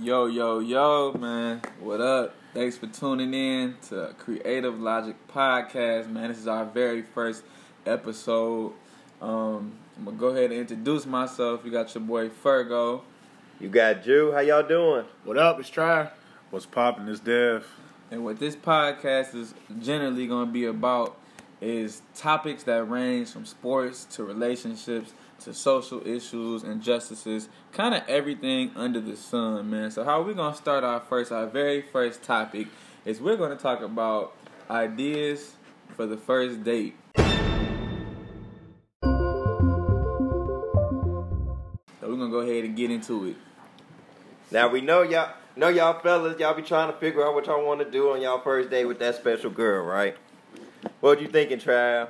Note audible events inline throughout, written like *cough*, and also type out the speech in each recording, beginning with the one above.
Yo, yo, yo, man. What up? Thanks for tuning in to Creative Logic Podcast, man. This is our very first episode. Um, I'm going to go ahead and introduce myself. You got your boy Fergo. You got Jew. How y'all doing? What up? It's Try. What's poppin'? It's Dev. And what this podcast is generally going to be about is topics that range from sports to relationships to social issues, injustices, kind of everything under the sun, man. So how we going to start our first our very first topic is we're going to talk about ideas for the first date. So we're going to go ahead and get into it. Now we know y'all know y'all fellas, y'all be trying to figure out what y'all want to do on y'all first date with that special girl, right? What you thinking, Trav?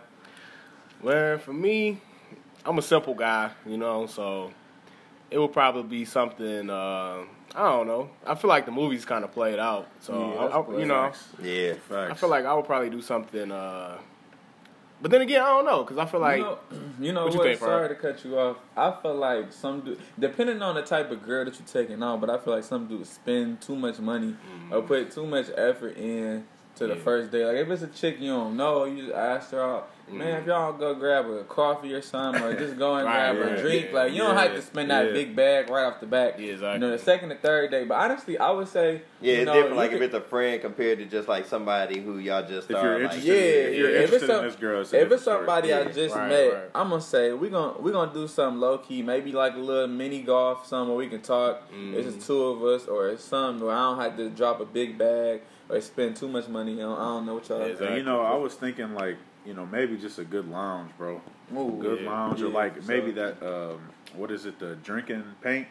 Well, for me, I'm a simple guy, you know, so it would probably be something. Uh, I don't know. I feel like the movie's kind of played out, so Yeah, I- I- that's you know, facts. Yeah. Facts. I feel like I would probably do something. Uh, but then again, I don't know because I feel like you know, you know *clears throat* What what? you think, Ferg? Sorry to cut you off. I feel like some dude, depending on the type of girl that you're taking on, but I feel like some dudes spend too much money or put too much effort in to the Yeah. first day. Like if it's a chick you don't know, you just ask her out. Man, if y'all go grab a coffee or something, or just go and grab Right, a yeah, drink, yeah, like you don't have yeah, to spend that yeah. big bag right off the bat. Yeah, exactly. You know, the second and third day. But honestly, I would say, Yeah, you it's know, different. you Like if could- it's a friend compared to just like somebody who y'all just If you're started. interested- yeah, like, if you're yeah, interested interested in this girl, it's a if it's different story. somebody I Yeah, just right, met, right. I'm gonna say we're gonna we're gonna do something low key, maybe like a little mini golf, something where we can talk. It's just two of us, or it's something where I don't have to drop a big bag or spend too much money on. I don't know what y'all. Exactly. You know, I was thinking like, you know, maybe just a good lounge, bro. Ooh, Good yeah. lounge, or Yeah, like so- maybe that. um What is it? The drinking paint.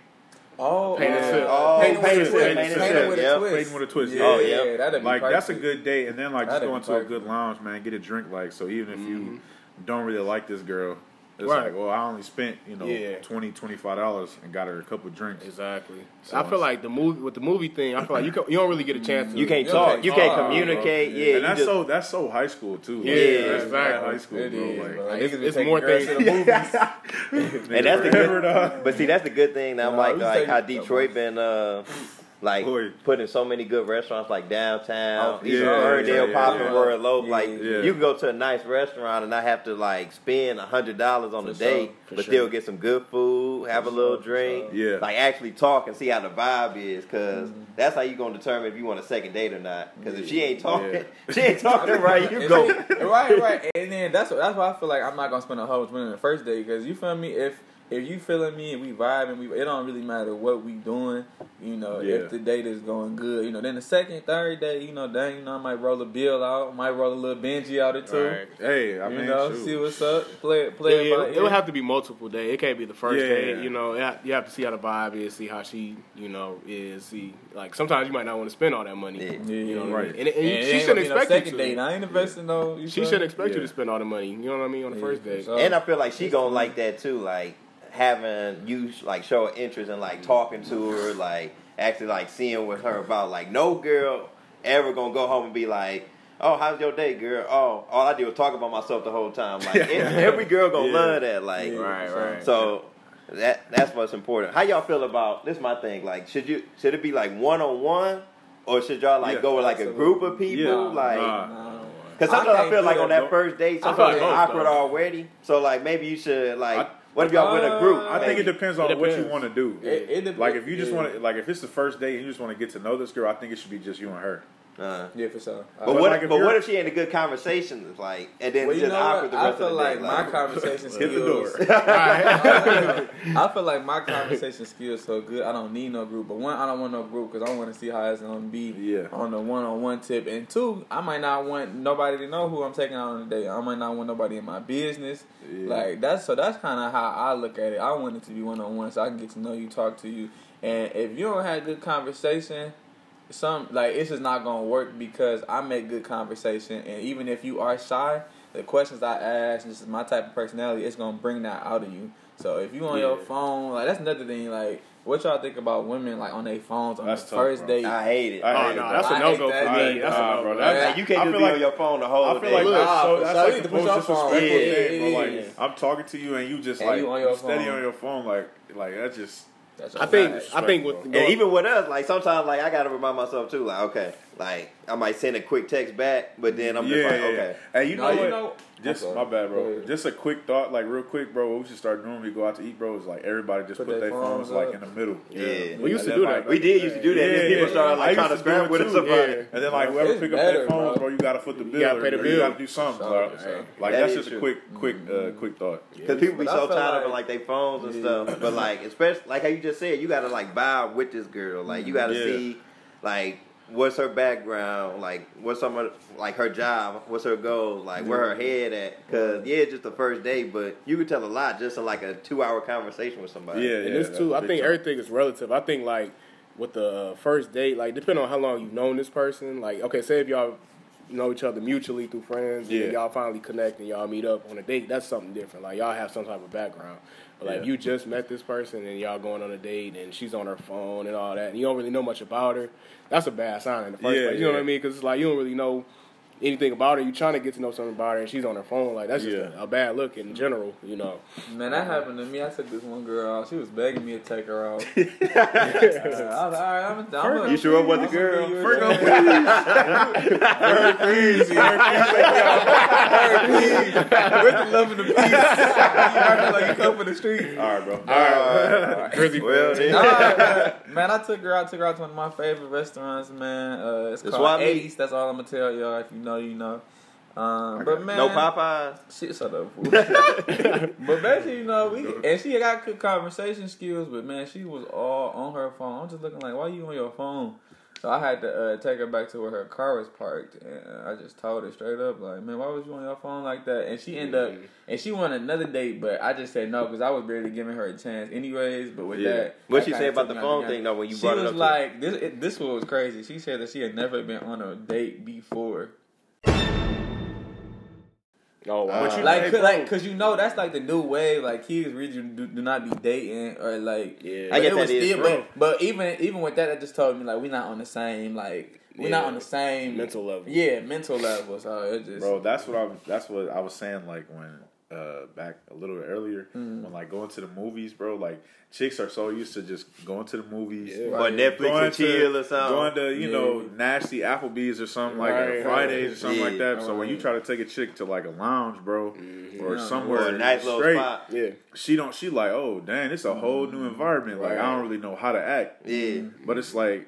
Oh, Paint uh, it too. Oh, paint it paint with it a twist. too, Paint paint it it too. with a Yeah, twist. painting with a twist. Yeah, Oh, yeah. that'd be Like that's a perfect. good date, and then like just That'd going be to a perfect. good lounge, man. Get a drink, like so. Even if you don't really like this girl, it's Right. like, well, I only spent you know Yeah. twenty, twenty five dollars and got her a couple drinks. exactly. So I feel like the movie with the movie thing. I feel like you can, you don't really get a chance. To, You can't Yeah, talk. okay. You can't Oh, communicate. bro. Yeah, you and that's just- so that's so high school too. Like, Yeah, that's exactly. High school, It bro. is, like, bro. like, Niggas be it's taking more girls to things- *laughs* the movies. and that's the Forever, good. *laughs* dog. But see, that's the good thing. Now, Nah, like we like take- how Detroit been uh, like Boy. putting so many good restaurants like downtown, Oh, East yeah, Ferndale, yeah, Poplar, yeah. Royal Oak. Yeah, like yeah. you can go to a nice restaurant and not have to like spend a hundred dollars on For a date, sure, for but sure. still get some good food, have For a little sure, Mm-hmm. for drink, sure. Yeah. like actually talk and see how the vibe is, because that's how you gonna determine if you want a second date or not. Because if she ain't talking, *laughs* she ain't talking right, you And go. see- right, right, and then that's that's why I feel like I'm not gonna spend a whole bunch of money on the first day because you feel me if if you feeling me and we vibing, we it don't really matter what we doing, you know. Yeah. If the date is going good, you know. Then the second, third day, you know, dang, you know, I might roll a bill out, might roll a little Benji out or two, Right. *laughs* Hey, I you mean, know, shoot. see what's up, play it, Yeah, play yeah, it by it ear. would have to be multiple day. It can't be the first Yeah, day. yeah. You know, it- you have to see how the vibe is, see how she, you know, is. See, like sometimes you might not want to spend all that money. Yeah. yeah, You know what I Right. mean? And, and, And it she ain't shouldn't gonna be no expect second you to. date. I ain't investing no. You She feel shouldn't me? expect you Yeah. to spend all the money. You know what I mean on the Yeah, first for date. sure. And Uh, I feel like she gonna like that too, like having you like show interest and like talking to her, like actually like seeing with her about. Like no girl ever gonna go home and be like, "Oh, how's your day, girl? Oh, all I did was talk about myself the whole time." *laughs* Like every girl gonna Yeah. love that, like Yeah, Right, for sure. right. so that that's what's important. How y'all feel about this? Is my thing. Like, should you should it be like one on one, or should y'all like Yeah, go with like a absolutely. group of people? Yeah, like, nah. Nah. because I sometimes I, can't feel do like that, on that bro. first date, I feel sometimes like it's both, awkward though. already. So like maybe you should like I- what if y'all with a group? Uh, I think it maybe? depends on It what you depends. want to do. It- it dep- like if you just yeah. want to, like if it's the first date and you just want to get to know this girl, I think it should be just you and her. Uh, Yeah, for sure. but But what? like if but what you're- if she ain't a good conversation? It's Like and then Well, it's you just know what? awkward the I rest feel of the day. like *laughs* my conversation Hit the *laughs* door. skills. *laughs* All right. I feel like my conversation skills so good. I don't need no group. But one, I don't want no group because I want to see how it's gonna be Yeah. on the one-on-one tip. And two, I might not want nobody to know who I'm taking out on the day. I might not want nobody in my business. Yeah. Like that's so that's kind of how I look at it. I want it to be one-on-one so I can get to know you, talk to you, and if you don't have good conversation. Some like it's just not gonna work because I make good conversation, and even if you are shy, the questions I ask and just my type of personality, it's gonna bring that out of you. So if you on your Yeah. phone, like that's another thing. Like what y'all think about women like on their phones on That's the tough, first bro. date? I hate it. *laughs* I- Oh no, that's I a no go hate for that. me. That's a Nah, no bro, go. that's- like, you can't I just feel be on like- your phone the whole I feel day. like that's Nah, so for that's sure. You like need the to put most your phone. disrespectful Yeah, thing. yeah, bro. yeah. Like I'm talking to you and you just And like you on your steady phone. on your phone, like like that just That's I think all I think with And And even with us, like sometimes, like I gotta remind myself too, like okay, like I might send a quick text back, but then I'm yeah, just like, yeah. okay, Hey, you No, know you what? know- just I'm sorry. my bad, Go bro. ahead. Just a quick thought, like real quick, bro. What we should start doing when we go out to eat, bro, is like everybody just put, their phones, like up. in the middle. Yeah. We used to do And then, that, like, bro. we did used to do that. and then Yeah, people yeah. started I like used trying to to do it scramble with too, us about yeah. it. And then like whoever It's pick up better, their bro. phones, bro, you gotta foot the bill. gotta pay the or You bill. gotta do something, bro. Sure. Like That that's is just a true. quick, quick, uh, quick thought. Because people be But I so feel tired of it, like- like they phones and stuff. But like, especially like how you just said, you gotta like vibe with this girl. Like you gotta Yeah. see, like what's her background, like what's some of like her job, what's her goals, like where her head at. Because yeah, it's just the first day, but you could tell a lot just in like a two hour conversation with somebody. Yeah, And yeah, this too, that's a I big think chunk. everything is relative. I think like with the first date, like depending on how long you've known this person, like okay, say if y'all know each other mutually through friends, and then Yeah. y'all finally connect and y'all meet up on a date, that's something different. Like y'all have some type of background. But like Yeah. you just met this person and y'all going on a date and she's on her phone and all that, and you don't really know much about her. That's a bad sign in the first Yeah, place. You know what I yeah. mean? Because it's like you don't really know anything about her. You're trying to get to know something about her, and she's on her phone. Like that's just Yeah. a, a bad look in general. You *laughs* know. Man, that happened to me. I took this one girl out. She was begging me to take her *laughs* out. Uh, I was like, all right, I'm, I'm, I'm You sure it wasn't I'm a girl? gonna give you a Virgo, chance." Please, Where's the love and the peace? you acting like you come from the street. All right, bro. Drizzy- Well, Nah, yeah. man. man, I took her out. Took her out to one of my favorite restaurants, man. Uh, it's The called Swap Meet? Eighties. That's all I'm gonna tell y'all. If you know, you know. Um, but man, *laughs* no Popeyes. She shut up. *laughs* fool. but basically, you know, we and she got good conversation skills, but man, she was all on her phone. I'm just looking like, why you on your phone? So I had to uh, take her back to where her car was parked, and uh, I just told her straight up, like, man, why was you on your phone like that? And she ended up, and she wanted another date, but I just said no because I was barely giving her a chance, anyways. But with Yeah. that, What that she kinda said about took the me out phone game. thing though when you she brought it was up? to- like, this it, this one was crazy. She said that she had never been on a date before. Oh, wow. But you- like, Hey, cause, bro. like, cause you know that's like the new wave. Like, kids really do, do not be dating or like. Yeah. but I guess it was that is still, true. but, but even even with that, that just told me like we're not on the same like we're not Yeah. on the same Mental level. Yeah, mental level. So it just bro. That's what I. That's what I was saying. Like when uh back a little earlier, when like going to the movies, bro. Like chicks are so used to just going to the movies. Yeah. Yeah. Or Netflix and chill or something. Going to you Yeah. know nasty Applebee's or something like Right, on Fridays or something yeah. like that. So when you Right. Mm-hmm. try to take a chick to like a lounge, bro, or somewhere Or a nice little straight, spot. yeah. she don't. She like, oh dang, it's a whole Mm-hmm. new environment. Like I Right. don't really know how to act, Yeah. but it's like,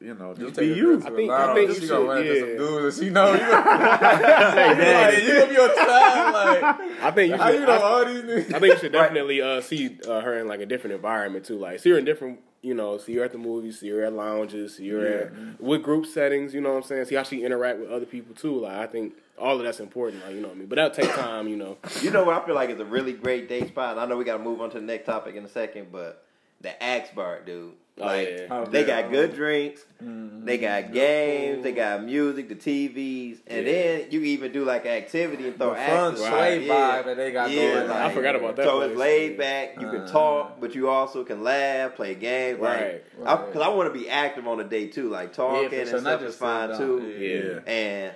you know, just take be a you. girl to a I think- I lounge, think she you gonna should- run into some yeah. dudes and she *laughs* know you gonna, like, you gonna be on time like I think you how you should. know I, all these niggas. I think you should definitely uh, see uh, her in like a different environment too. Like see her in different, you know, see her at the movies, see her at lounges, see her at with group settings. You know what I'm saying? See how she interact with other people too. Like I think all of that's important. Like you know what I mean? But that'll take time. You know, You know what I feel like is a really great date spot. And I know we got to move on to the next topic in a second, but the Axe Bar, dude. Oh, Like yeah. Oh, they yeah. Mm-hmm. got good drinks, Mm. they got games, they got music, the TVs, and Yeah. then you can even do like activity and throw The fun axes. sway out. vibe that they got Yeah, going. like- on. I forgot about that. So it's place. laid back. You Uh. can talk, but you also can laugh, play games. Right, Like, because right. I, want to be active on the day too. Like Yeah, talking for and sure. stuff Not is just fine sitting down. too. Yeah. And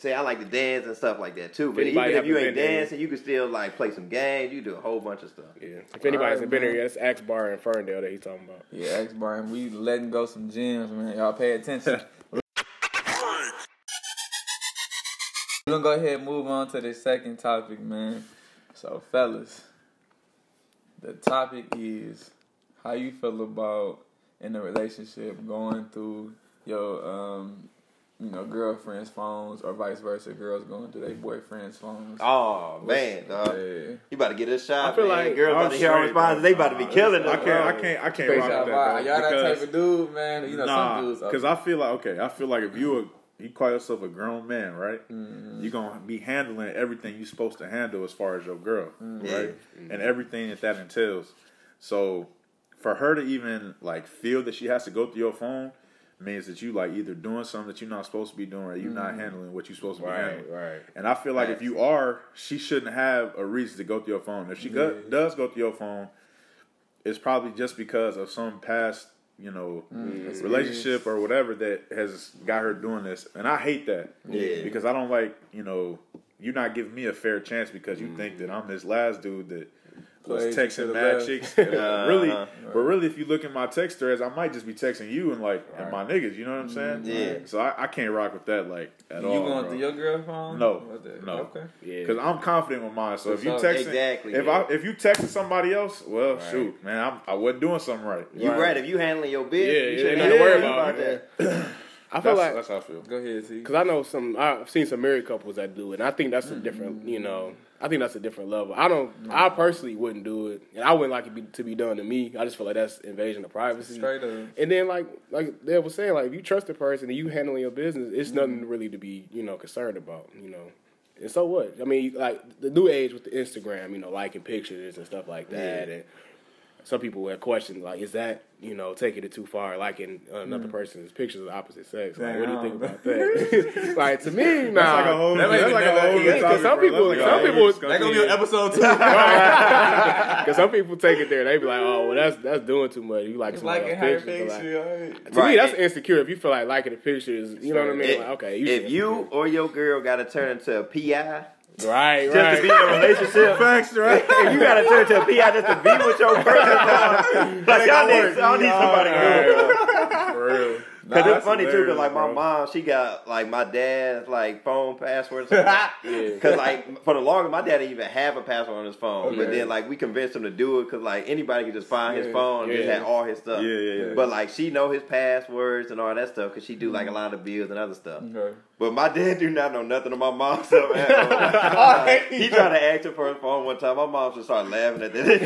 say I like to dance and stuff like that too. But even anybody if you haven't ain't been there- dancing, you can still like play some games. You do a whole bunch of stuff. Yeah. If anybody's Alright, been there, man. yeah, that's Axe Bar in Ferndale that he's talking about. Yeah, X Bar, and we letting go some gems, man. Y'all pay *laughs* attention. We're gonna go ahead and move on to the second topic, man. So, fellas, the topic is how you feel about in a relationship going through your um, you know, girlfriend's phones or vice versa, girls going through their boyfriend's phones. Oh man, dog. Yeah. you about to get a shot. I feel man. like girls I'm about to hear our straight, responses. They about to be killing I us. can't. I can't. I can't Space rock out with that, vibe. bro. Y'all that because- type of dude, man. You know, some Nah, dudes. are- because I feel like okay, I feel like if you a, you call yourself a grown man, right? Mm-hmm. You're gonna be handling everything you're supposed to handle as far as your girl, Mm-hmm. right? And everything that that entails. So for her to even like feel that she has to go through your phone means that you like either doing something that you're not supposed to be doing, or you're not Mm-hmm. handling what you're supposed to be handling. right. And I feel like if you are, she shouldn't have a reason to go through your phone. If she go, does go through your phone, it's probably just because of some past, you know, Mm-hmm. Mm, relationship or whatever that has got her doing this. And I hate that. Yeah. Because I don't like, you know, you not giving me a fair chance because you think that I'm this last dude that was Plays to texting the mad left. *laughs* chicks. And, uh, really, Uh-huh. but really, if you look at my text threads, I might just be texting you and like and my niggas. You know what I'm saying? Yeah. So I, I can't rock with that like Mm, at You all. going bro. through your girl phone? No, What the- no. Okay. Yeah, Because I'm confident with mine. So if you So- texting, Exactly, if yeah. I if you texting somebody else, well, Right. shoot, man, I'm, I wasn't doing something right. You Right. right. If you handling your business, Yeah, you yeah, shouldn't ain't have nothing to to worry worry about about, that. I feel like That's, that's how I feel. Go ahead, see. Because I know some, I've seen some married couples that do it, and I think that's a different, you know, I think that's a different level. I don't, I personally wouldn't do it, and I wouldn't like it be, to be done to me. I just feel like that's invasion of privacy. Straight up. And then, like, like they was saying, like if you trust the person and you handling your business, it's nothing really to be, you know, concerned about, you know. And so what? I mean, like the new age with the Instagram, you know, liking pictures and stuff like that, and some people have questions like, is that you know taking it too far, liking another person's pictures of the opposite sex? Like, what do you Damn. think about that? *laughs* like to me, nah. That's like a whole. That that's ain't like a never- whole. yeah, 'cause topic, some bro. people- That's some like a people- whole That gonna be *laughs* discussion. on *laughs* episode two. Because some people take it there, they be like, oh, well, that's that's doing too much. You like like somebody it, else's how it pictures, but, makes like- you. alright. To me, Right. that's insecure. If you feel like liking the pictures, you know what I mean. If- like, okay, If you or your girl got to turn into a PI right, just right, to be in a relationship, Facts, right? if you got to turn to a PI just to be with *laughs* your person, like y'all need, y'all need somebody good. For real. Cause it's funny too, cause like my mom, she got like my dad's like phone passwords. *laughs* Cause like for the longest, my dad didn't even have a password on his phone. But Okay. then like we convinced him to do it, cause like anybody could just find Yeah. his phone and just Yeah. had all his stuff. Yeah, yeah, yeah. But like she know his passwords and all that stuff, cause she do like a lot of bills and other stuff. Okay. But my dad do not know nothing of my mom's stuff at all. Like, *laughs* he tried to ask her for his phone one time. My mom just started laughing at that.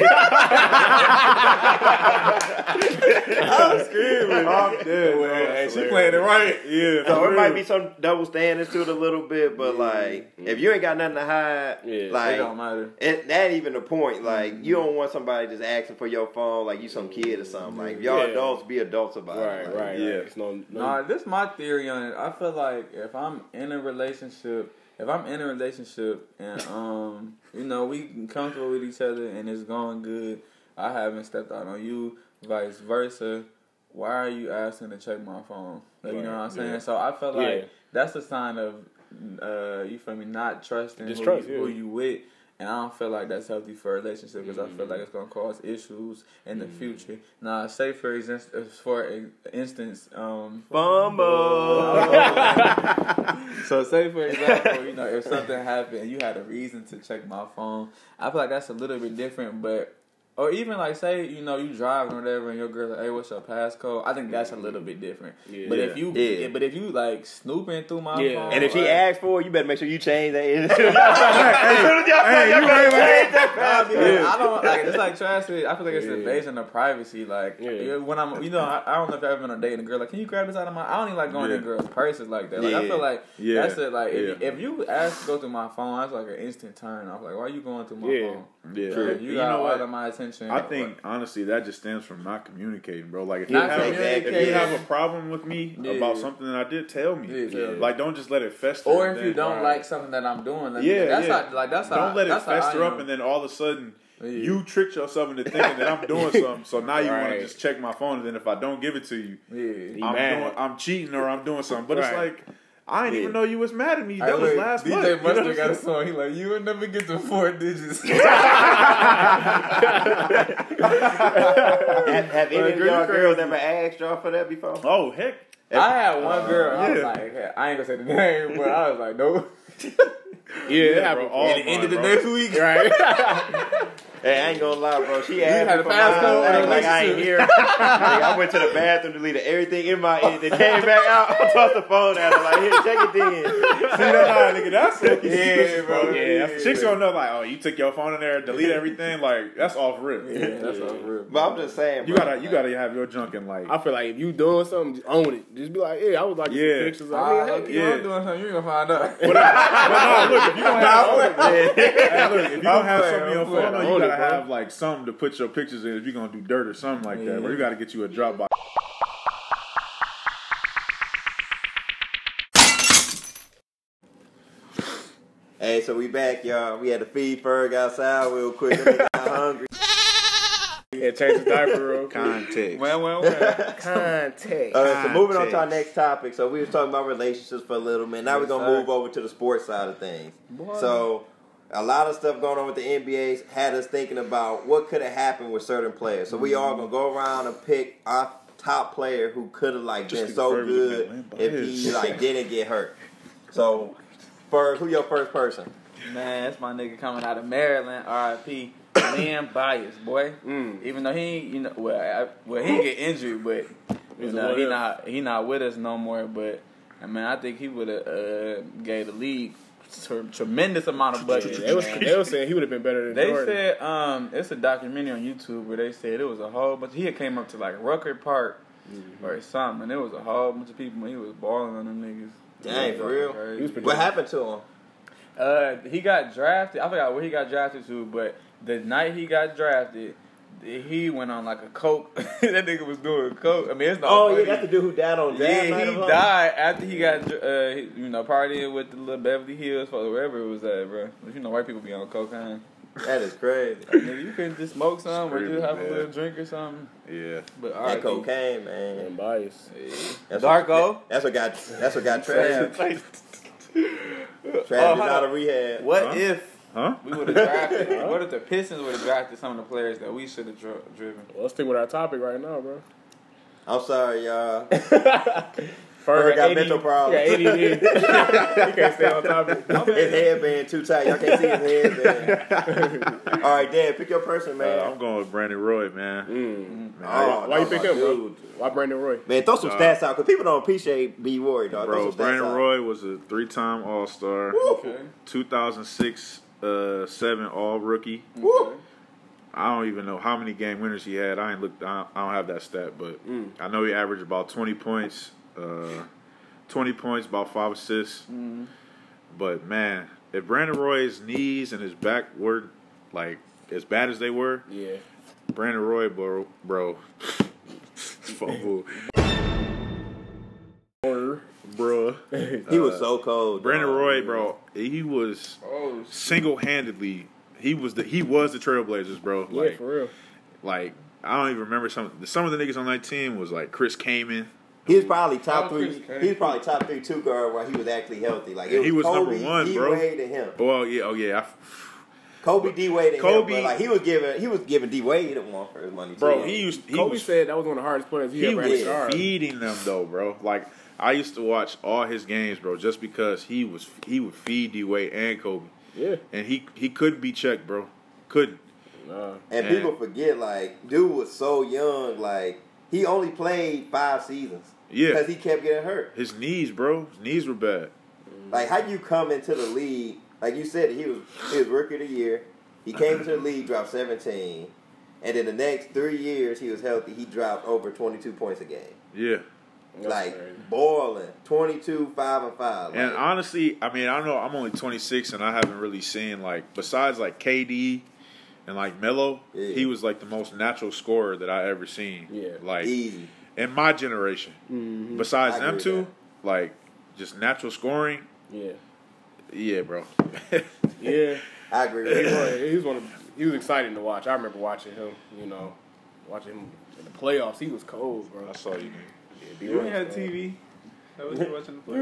I'm *laughs* screaming. I'm dead. man. Hey, she Hilarious. playing it right. Yeah. so for it might real. be some double standards to it a little bit, but like if you ain't got nothing to hide, Yeah. It like don't matter. It, that even the point, like you don't want somebody just asking for your phone, like you some kid or something. Like y'all Yeah. adults, be adults about right, it. right, like, right. Yeah. It's no, no. Nah, this my theory on it. I feel like if I'm in a relationship, if I'm in a relationship and *laughs* um, you know, we comfortable with each other and it's going good, I haven't stepped out on you, vice versa. Why are you asking to check my phone? Like, You know what I'm saying? Yeah. So I feel like Yeah. that's a sign of uh, you feel me, not trusting who, Distrust, you, who yeah. you with. And I don't feel like that's healthy for a relationship because I feel like it's gonna cause issues in Mm. the future. Now, say for instance, for a- instance, um, Bumble. *laughs* so say for example, you know, if something happened and you had a reason to check my phone, I feel like that's a little bit different, but or even like say, you know, you driving or whatever and your girl's like, Hey, what's your passcode? I think that's a little bit different. Yeah. But if you Yeah. but if you like snooping through my Yeah. phone *laughs* and if she like, asks for it, you better make sure *laughs* you change that. as soon as y'all Hey, you better ain't like- change that Nah, password. because I don't like it's like trash. I feel like it's Yeah. an invasion of privacy. Like Yeah. yeah, when I'm, you know, I, I don't know if I've ever been on a date and a girl like, can you grab this out of my? I don't even like going Yeah. to girls' purses like that. Like I Yeah. feel like Yeah. that's it. Like if, Yeah. if you ask to go through my phone, that's like an instant turn off. Like why are you going through my Yeah. phone? Yeah. Like, you, You got know all what? of my attention. I think honestly that just stems from not communicating, bro. Like if you, Not have, if you communicating. have a problem with me Yeah. about something that I did, tell me. Yeah, tell me. Like don't just let it fester. or and if you then- don't Right. like something that I'm doing, like, Yeah, that's yeah. how like that's how don't let it that's how I fester up am. and then all of a sudden Yeah. you tricked yourself into thinking that *laughs* I'm doing something. So now you want Right. to just check my phone and then if I don't give it to you, yeah. I'm mad. doing I'm cheating or I'm doing something. But Right. it's like I didn't even know you was mad at me. That Hey, was look, last DJ month. You know Buster what I'm got a saying? song. He like, you would never get to four *laughs* digits. Have, have any Like, of girl, you y'all girls crazy. ever asked y'all for that before? Oh heck. I had one girl. I was yeah. like, hey, I ain't gonna say the name, but I was like, *laughs* nope. yeah, it bro, happened. all Yeah, of mine, bro. week, *laughs* right. Hey, I ain't gonna lie, bro. She had asked a me for mine, passcode act and like I ain't here. like, I went to the bathroom, deleted everything in my end, then came back out, *laughs* tossed the phone at her, like, here, check it then. *laughs* See that how *laughs* nigga that's it. Yeah, bro. Yeah, that's- Chicks gonna know like, oh, you took your phone in there, delete everything. Like that's off rip. *laughs* Yeah, that's all real. But I'm just saying, You bro, gotta, you gotta have your junk in like. I feel like if you doing something, just own it. Just be like, yeah, I was like, Yeah. yeah. pictures. I I mean, hope hey, you yeah. I'm doing something you ain't gonna find out. *laughs* But, but no, look, if you gonna have, something, *laughs* hey, look, if you gonna I'm have playing, something in your I'm playing. phone, I you own gotta it, bro. have like something to put your pictures in. If you gonna do dirt or something like that, bro, you gotta get you a Dropbox. Hey, so we back, y'all. We had to feed Ferg outside real quick. That nigga *laughs* got hungry. and change the diaper *laughs* real quick. Context. well, well, well. Context. Uh, so moving on Context. to our next topic. So we was talking about relationships for a little bit. Now we're Yes, gonna sir. move over to the sports side of things. Boy. So a lot of stuff going on with the NBA had us thinking about what could have happened with certain players. So Mm-hmm. we all gonna go around and pick our top player who could have like Just been so confirmed it with good Lambo. if he *laughs* like didn't get hurt. So first, who your first person? Man, that's my nigga coming out of Maryland, RIP. Liam Bias, boy. Mm. Even though he, ain't, you know, well, I, well, he get injured, but you He's know what he if. not he not with us no more. But I mean, I think he would have uh, gave the league tre- tremendous amount of buckets. They was, man. they was saying he would have been better than They Jordan. said um, it's a documentary on YouTube where they said it was a whole bunch. He had came up to like Rucker Park Mm-hmm. or something, and it was a whole bunch of people. And he was balling on them niggas. Dang, for real? Crazy. He was pretty- What happened to him? Uh, he got drafted. I forgot where he got drafted to, but the night he got drafted, he went on like a coke. *laughs* that nigga was doing coke. I mean, it's not. Oh, funny. yeah, that's the dude who died on Jazz Yeah, Night he of Life? died after he got uh, he- you know partying with the little Beverly Hills or wherever it was at, bro. You know, white people be on cocaine. That *laughs* is crazy. Nigga, you couldn't just smoke some or Screaming, just have a man. little drink or something. Yeah. But all That right, cocaine, man. And bias. That's Darko. What, that's what got. That's what got Trav. Trav Oh, is hold out on. of rehab. What Huh? if Huh? we would have drafted? what if the Pistons would have drafted some of the players that we should have dri- driven? Well, let's stick with our topic right now, bro. I'm sorry, *laughs* y'all. Ferg got mental problems. Yeah, *laughs* ADD. he can't stay on topic. His headband too tight. Y'all can't see his headband. *laughs* All right, Dan, pick your person, Uh, man. I'm going with Brandon Roy, man. Mm. Man, Oh, Why you that's pick my him, bro? dude. Why Brandon Roy? Man, throw some Uh, stats out because people don't appreciate B. Roy, dog. Bro, throw some stats Brandon out. Roy was a three-time All-Star, Woo, Okay. 2006 uh, seven All-Rookie. woo. I don't even know how many game winners he had. I ain't looked. I I don't have that stat, but I know he averaged about twenty points. Uh, twenty points, about five assists. But man, if Brandon Roy's knees and his back were like as bad as they were, Yeah. Brandon Roy, bro, bro, *laughs* fumble, Or bro. He was so cold. uh, Brandon dog. Roy, bro, he was Oh, single-handedly. He was the he was the Trailblazers, bro. yeah, Like, for real. like I don't even remember some some of the niggas on that team was like Chris Kaman. He was probably top How three. Chris Kane. He was probably top three two guard while he was actually healthy. Like it He was number Kobe, one, D. bro. Wade and him. Well, yeah, oh yeah, I, Kobe D Wade and Kobe- him. But like he was giving, he was giving D Wade one for his money. bro. too. He used he Kobe was said that was one of the hardest players he, he ever had was to guard. feeding them though, bro. Like I used to watch all his games, bro, just because he was he would feed D Wade and Kobe, Yeah. and he he couldn't be checked, bro. Couldn't. Nah. And Yeah. people forget, like, dude was so young. Like, he only played five seasons. Yeah. Because he kept getting hurt. His knees, bro. His knees were bad. Mm. Like, how you come into the league? Like you said, he was he was rookie of the year. He came *clears throat* into the league, dropped 17, and then the next three years he was healthy. He dropped over 22 points a game. Yeah. That's like crazy. boiling, 22, five and five. And Like, honestly, I mean, I know I'm only 26 and I haven't really seen like besides like KD and like Melo, Yeah. he was like the most natural scorer that I ever seen. Yeah. Like easy. in my generation. Besides I them agree two, with like just natural scoring. Yeah. Yeah, bro. Yeah. I agree. he *laughs* With you. was, he was one of, he was exciting to watch. I remember watching him, you know, watching him in the playoffs. He was cold, bro. I saw you. man. you ain't had TV. I was watching the play.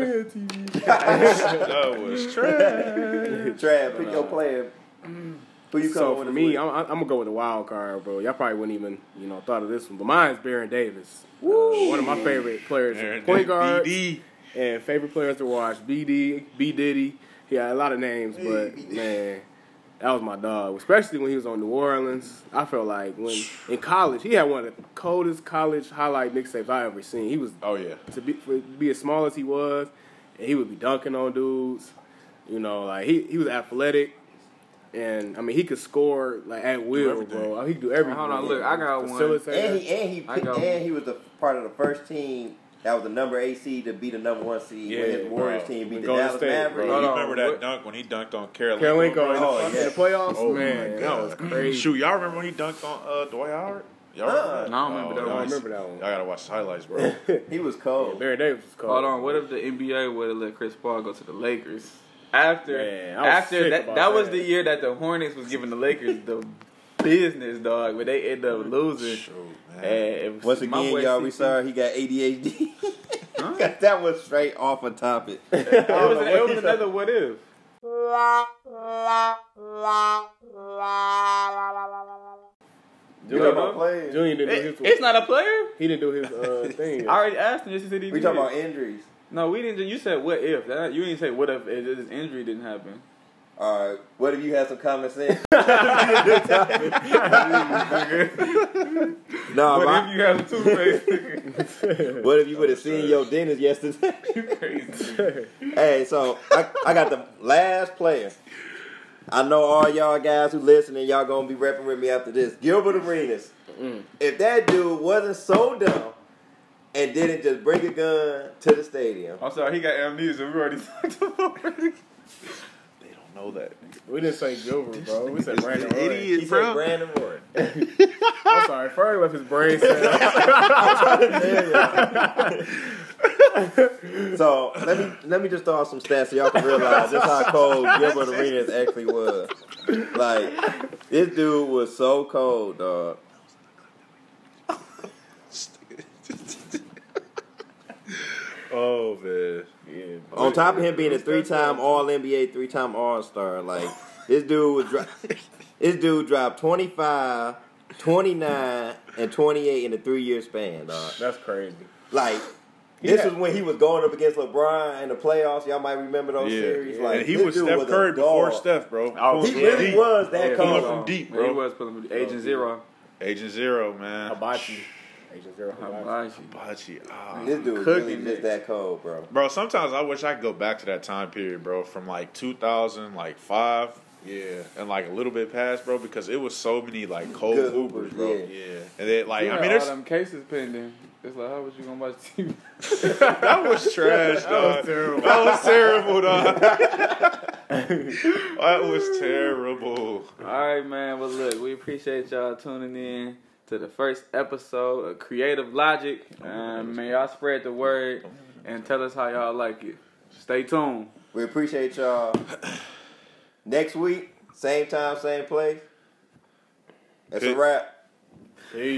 That *laughs* was trash. Trav, pick your player. Who you coming So with for this me, week? I'm, I'm gonna go with the wild card, bro. Y'all probably wouldn't even, you know, thought of this one, but mine's Baron Davis, Uh, one of my favorite players, Aaron point Davis, guard, BD. and favorite players to watch. BD, B Diddy, he had a lot of names, but man, that was my dog. Especially when he was on New Orleans, I felt like when in college he had one of the coldest college highlight mixtapes I ever seen. He was Oh yeah. to be for, to be as small as he was, and he would be dunking on dudes. You know, like he, he was athletic, and I mean he could score like at will, everything. bro. He could do everything. Hold on, look, I got one. And Facilitator. he and he I go- and he was the part of the first team that was the number eight seed to beat the number one seed Yeah, when the Warriors bro. team beat When the Golden Dallas State, Mavericks. Bro, Hold you on, remember that what- dunk when he dunked on Carolina? Karolinko bro? in, the, Oh, in the yeah. playoffs, Oh, my man, that God. was crazy. Shoot, y'all remember when he dunked on uh, Dwight Howard? Y'all Uh-uh. remember Oh, I don't remember that y'all one. I gotta- remember that one. Y'all gotta watch the highlights, bro. He was cold. Baron Davis was called. Hold on, what if the NBA would have let Chris Paul go to the Lakers? After Man, I was after sick that about that, was that. the year that the Hornets was giving the Lakers the business dog, but they end up losing. Shoot, And man. it was- Once my again, boy y'all, we CC *laughs* sorry he got ADHD. *laughs* that was straight off a topic. It was, it was another what if. You Junior, about players. Junior didn't do It- his. it's not a player. he didn't do his uh, *laughs* thing. I already asked him. Just he said he We did. talking about injuries. no, we didn't. You said what if? That, you didn't say what if it- this injury didn't happen. All right. What if you had some common sense? *laughs* no, What Uh, my- if you have a *laughs* toothpaste? what if you would have seen your dentist yesterday? Crazy. hey, so I, I got the last player. I know all y'all guys who listening, y'all gonna be repping with me after this. Gilbert Arenas. If that dude wasn't so dumb and didn't just bring a gun to the stadium, I'm sorry, he got amnesia. We already *laughs* talked about it. They don't know that. we didn't say Gilbert, bro. We said Brandon Roy. he Idiot, said bro. Brandon Warren. I'm sorry, Ferg left his brain cell. So let me let me just throw out some stats so y'all can realize just how cold Gilbert Arenas actually was. Like this dude was so cold, dog. Oh man. On top of him being a three-time All NBA, three-time All Star, like this dude was *laughs* dro- this dude dropped 25, 29, and twenty eight in a three year span, dog. That's crazy. Like. This Yeah. was when he was going up against LeBron in the playoffs. Y'all might remember those series. Oh, Like and he this was dude Steph was a Curry before dog. Steph, bro. Oh, He Pulling from really deep. was that Pulling cold. from deep, He bro. was supposed to be Agent Zero. Agent Zero, man. Hibachi. Agent Zero Hibachi. Hibachi. Hibachi. Ah. This dude was Cooking really it. just that cold, bro. Bro, sometimes I wish I could go back to that time period, bro, from like 2000, like five, Yeah. and like a little bit past, bro, because it was so many like cold Good Ubers, bro. yeah. And then like You I had mean, all there's, them cases pending. It's like, how was you gonna watch *laughs* TV? that was trash, dog. That was terrible, dog. that was terrible. All right, man. Well, look, we appreciate y'all tuning in to the first episode of Creative Logic. Um, man, y'all spread the word and tell us how y'all like it. Stay tuned. We appreciate *clears throat* y'all. Next week, same time, same place. That's a Peace. wrap. Peace.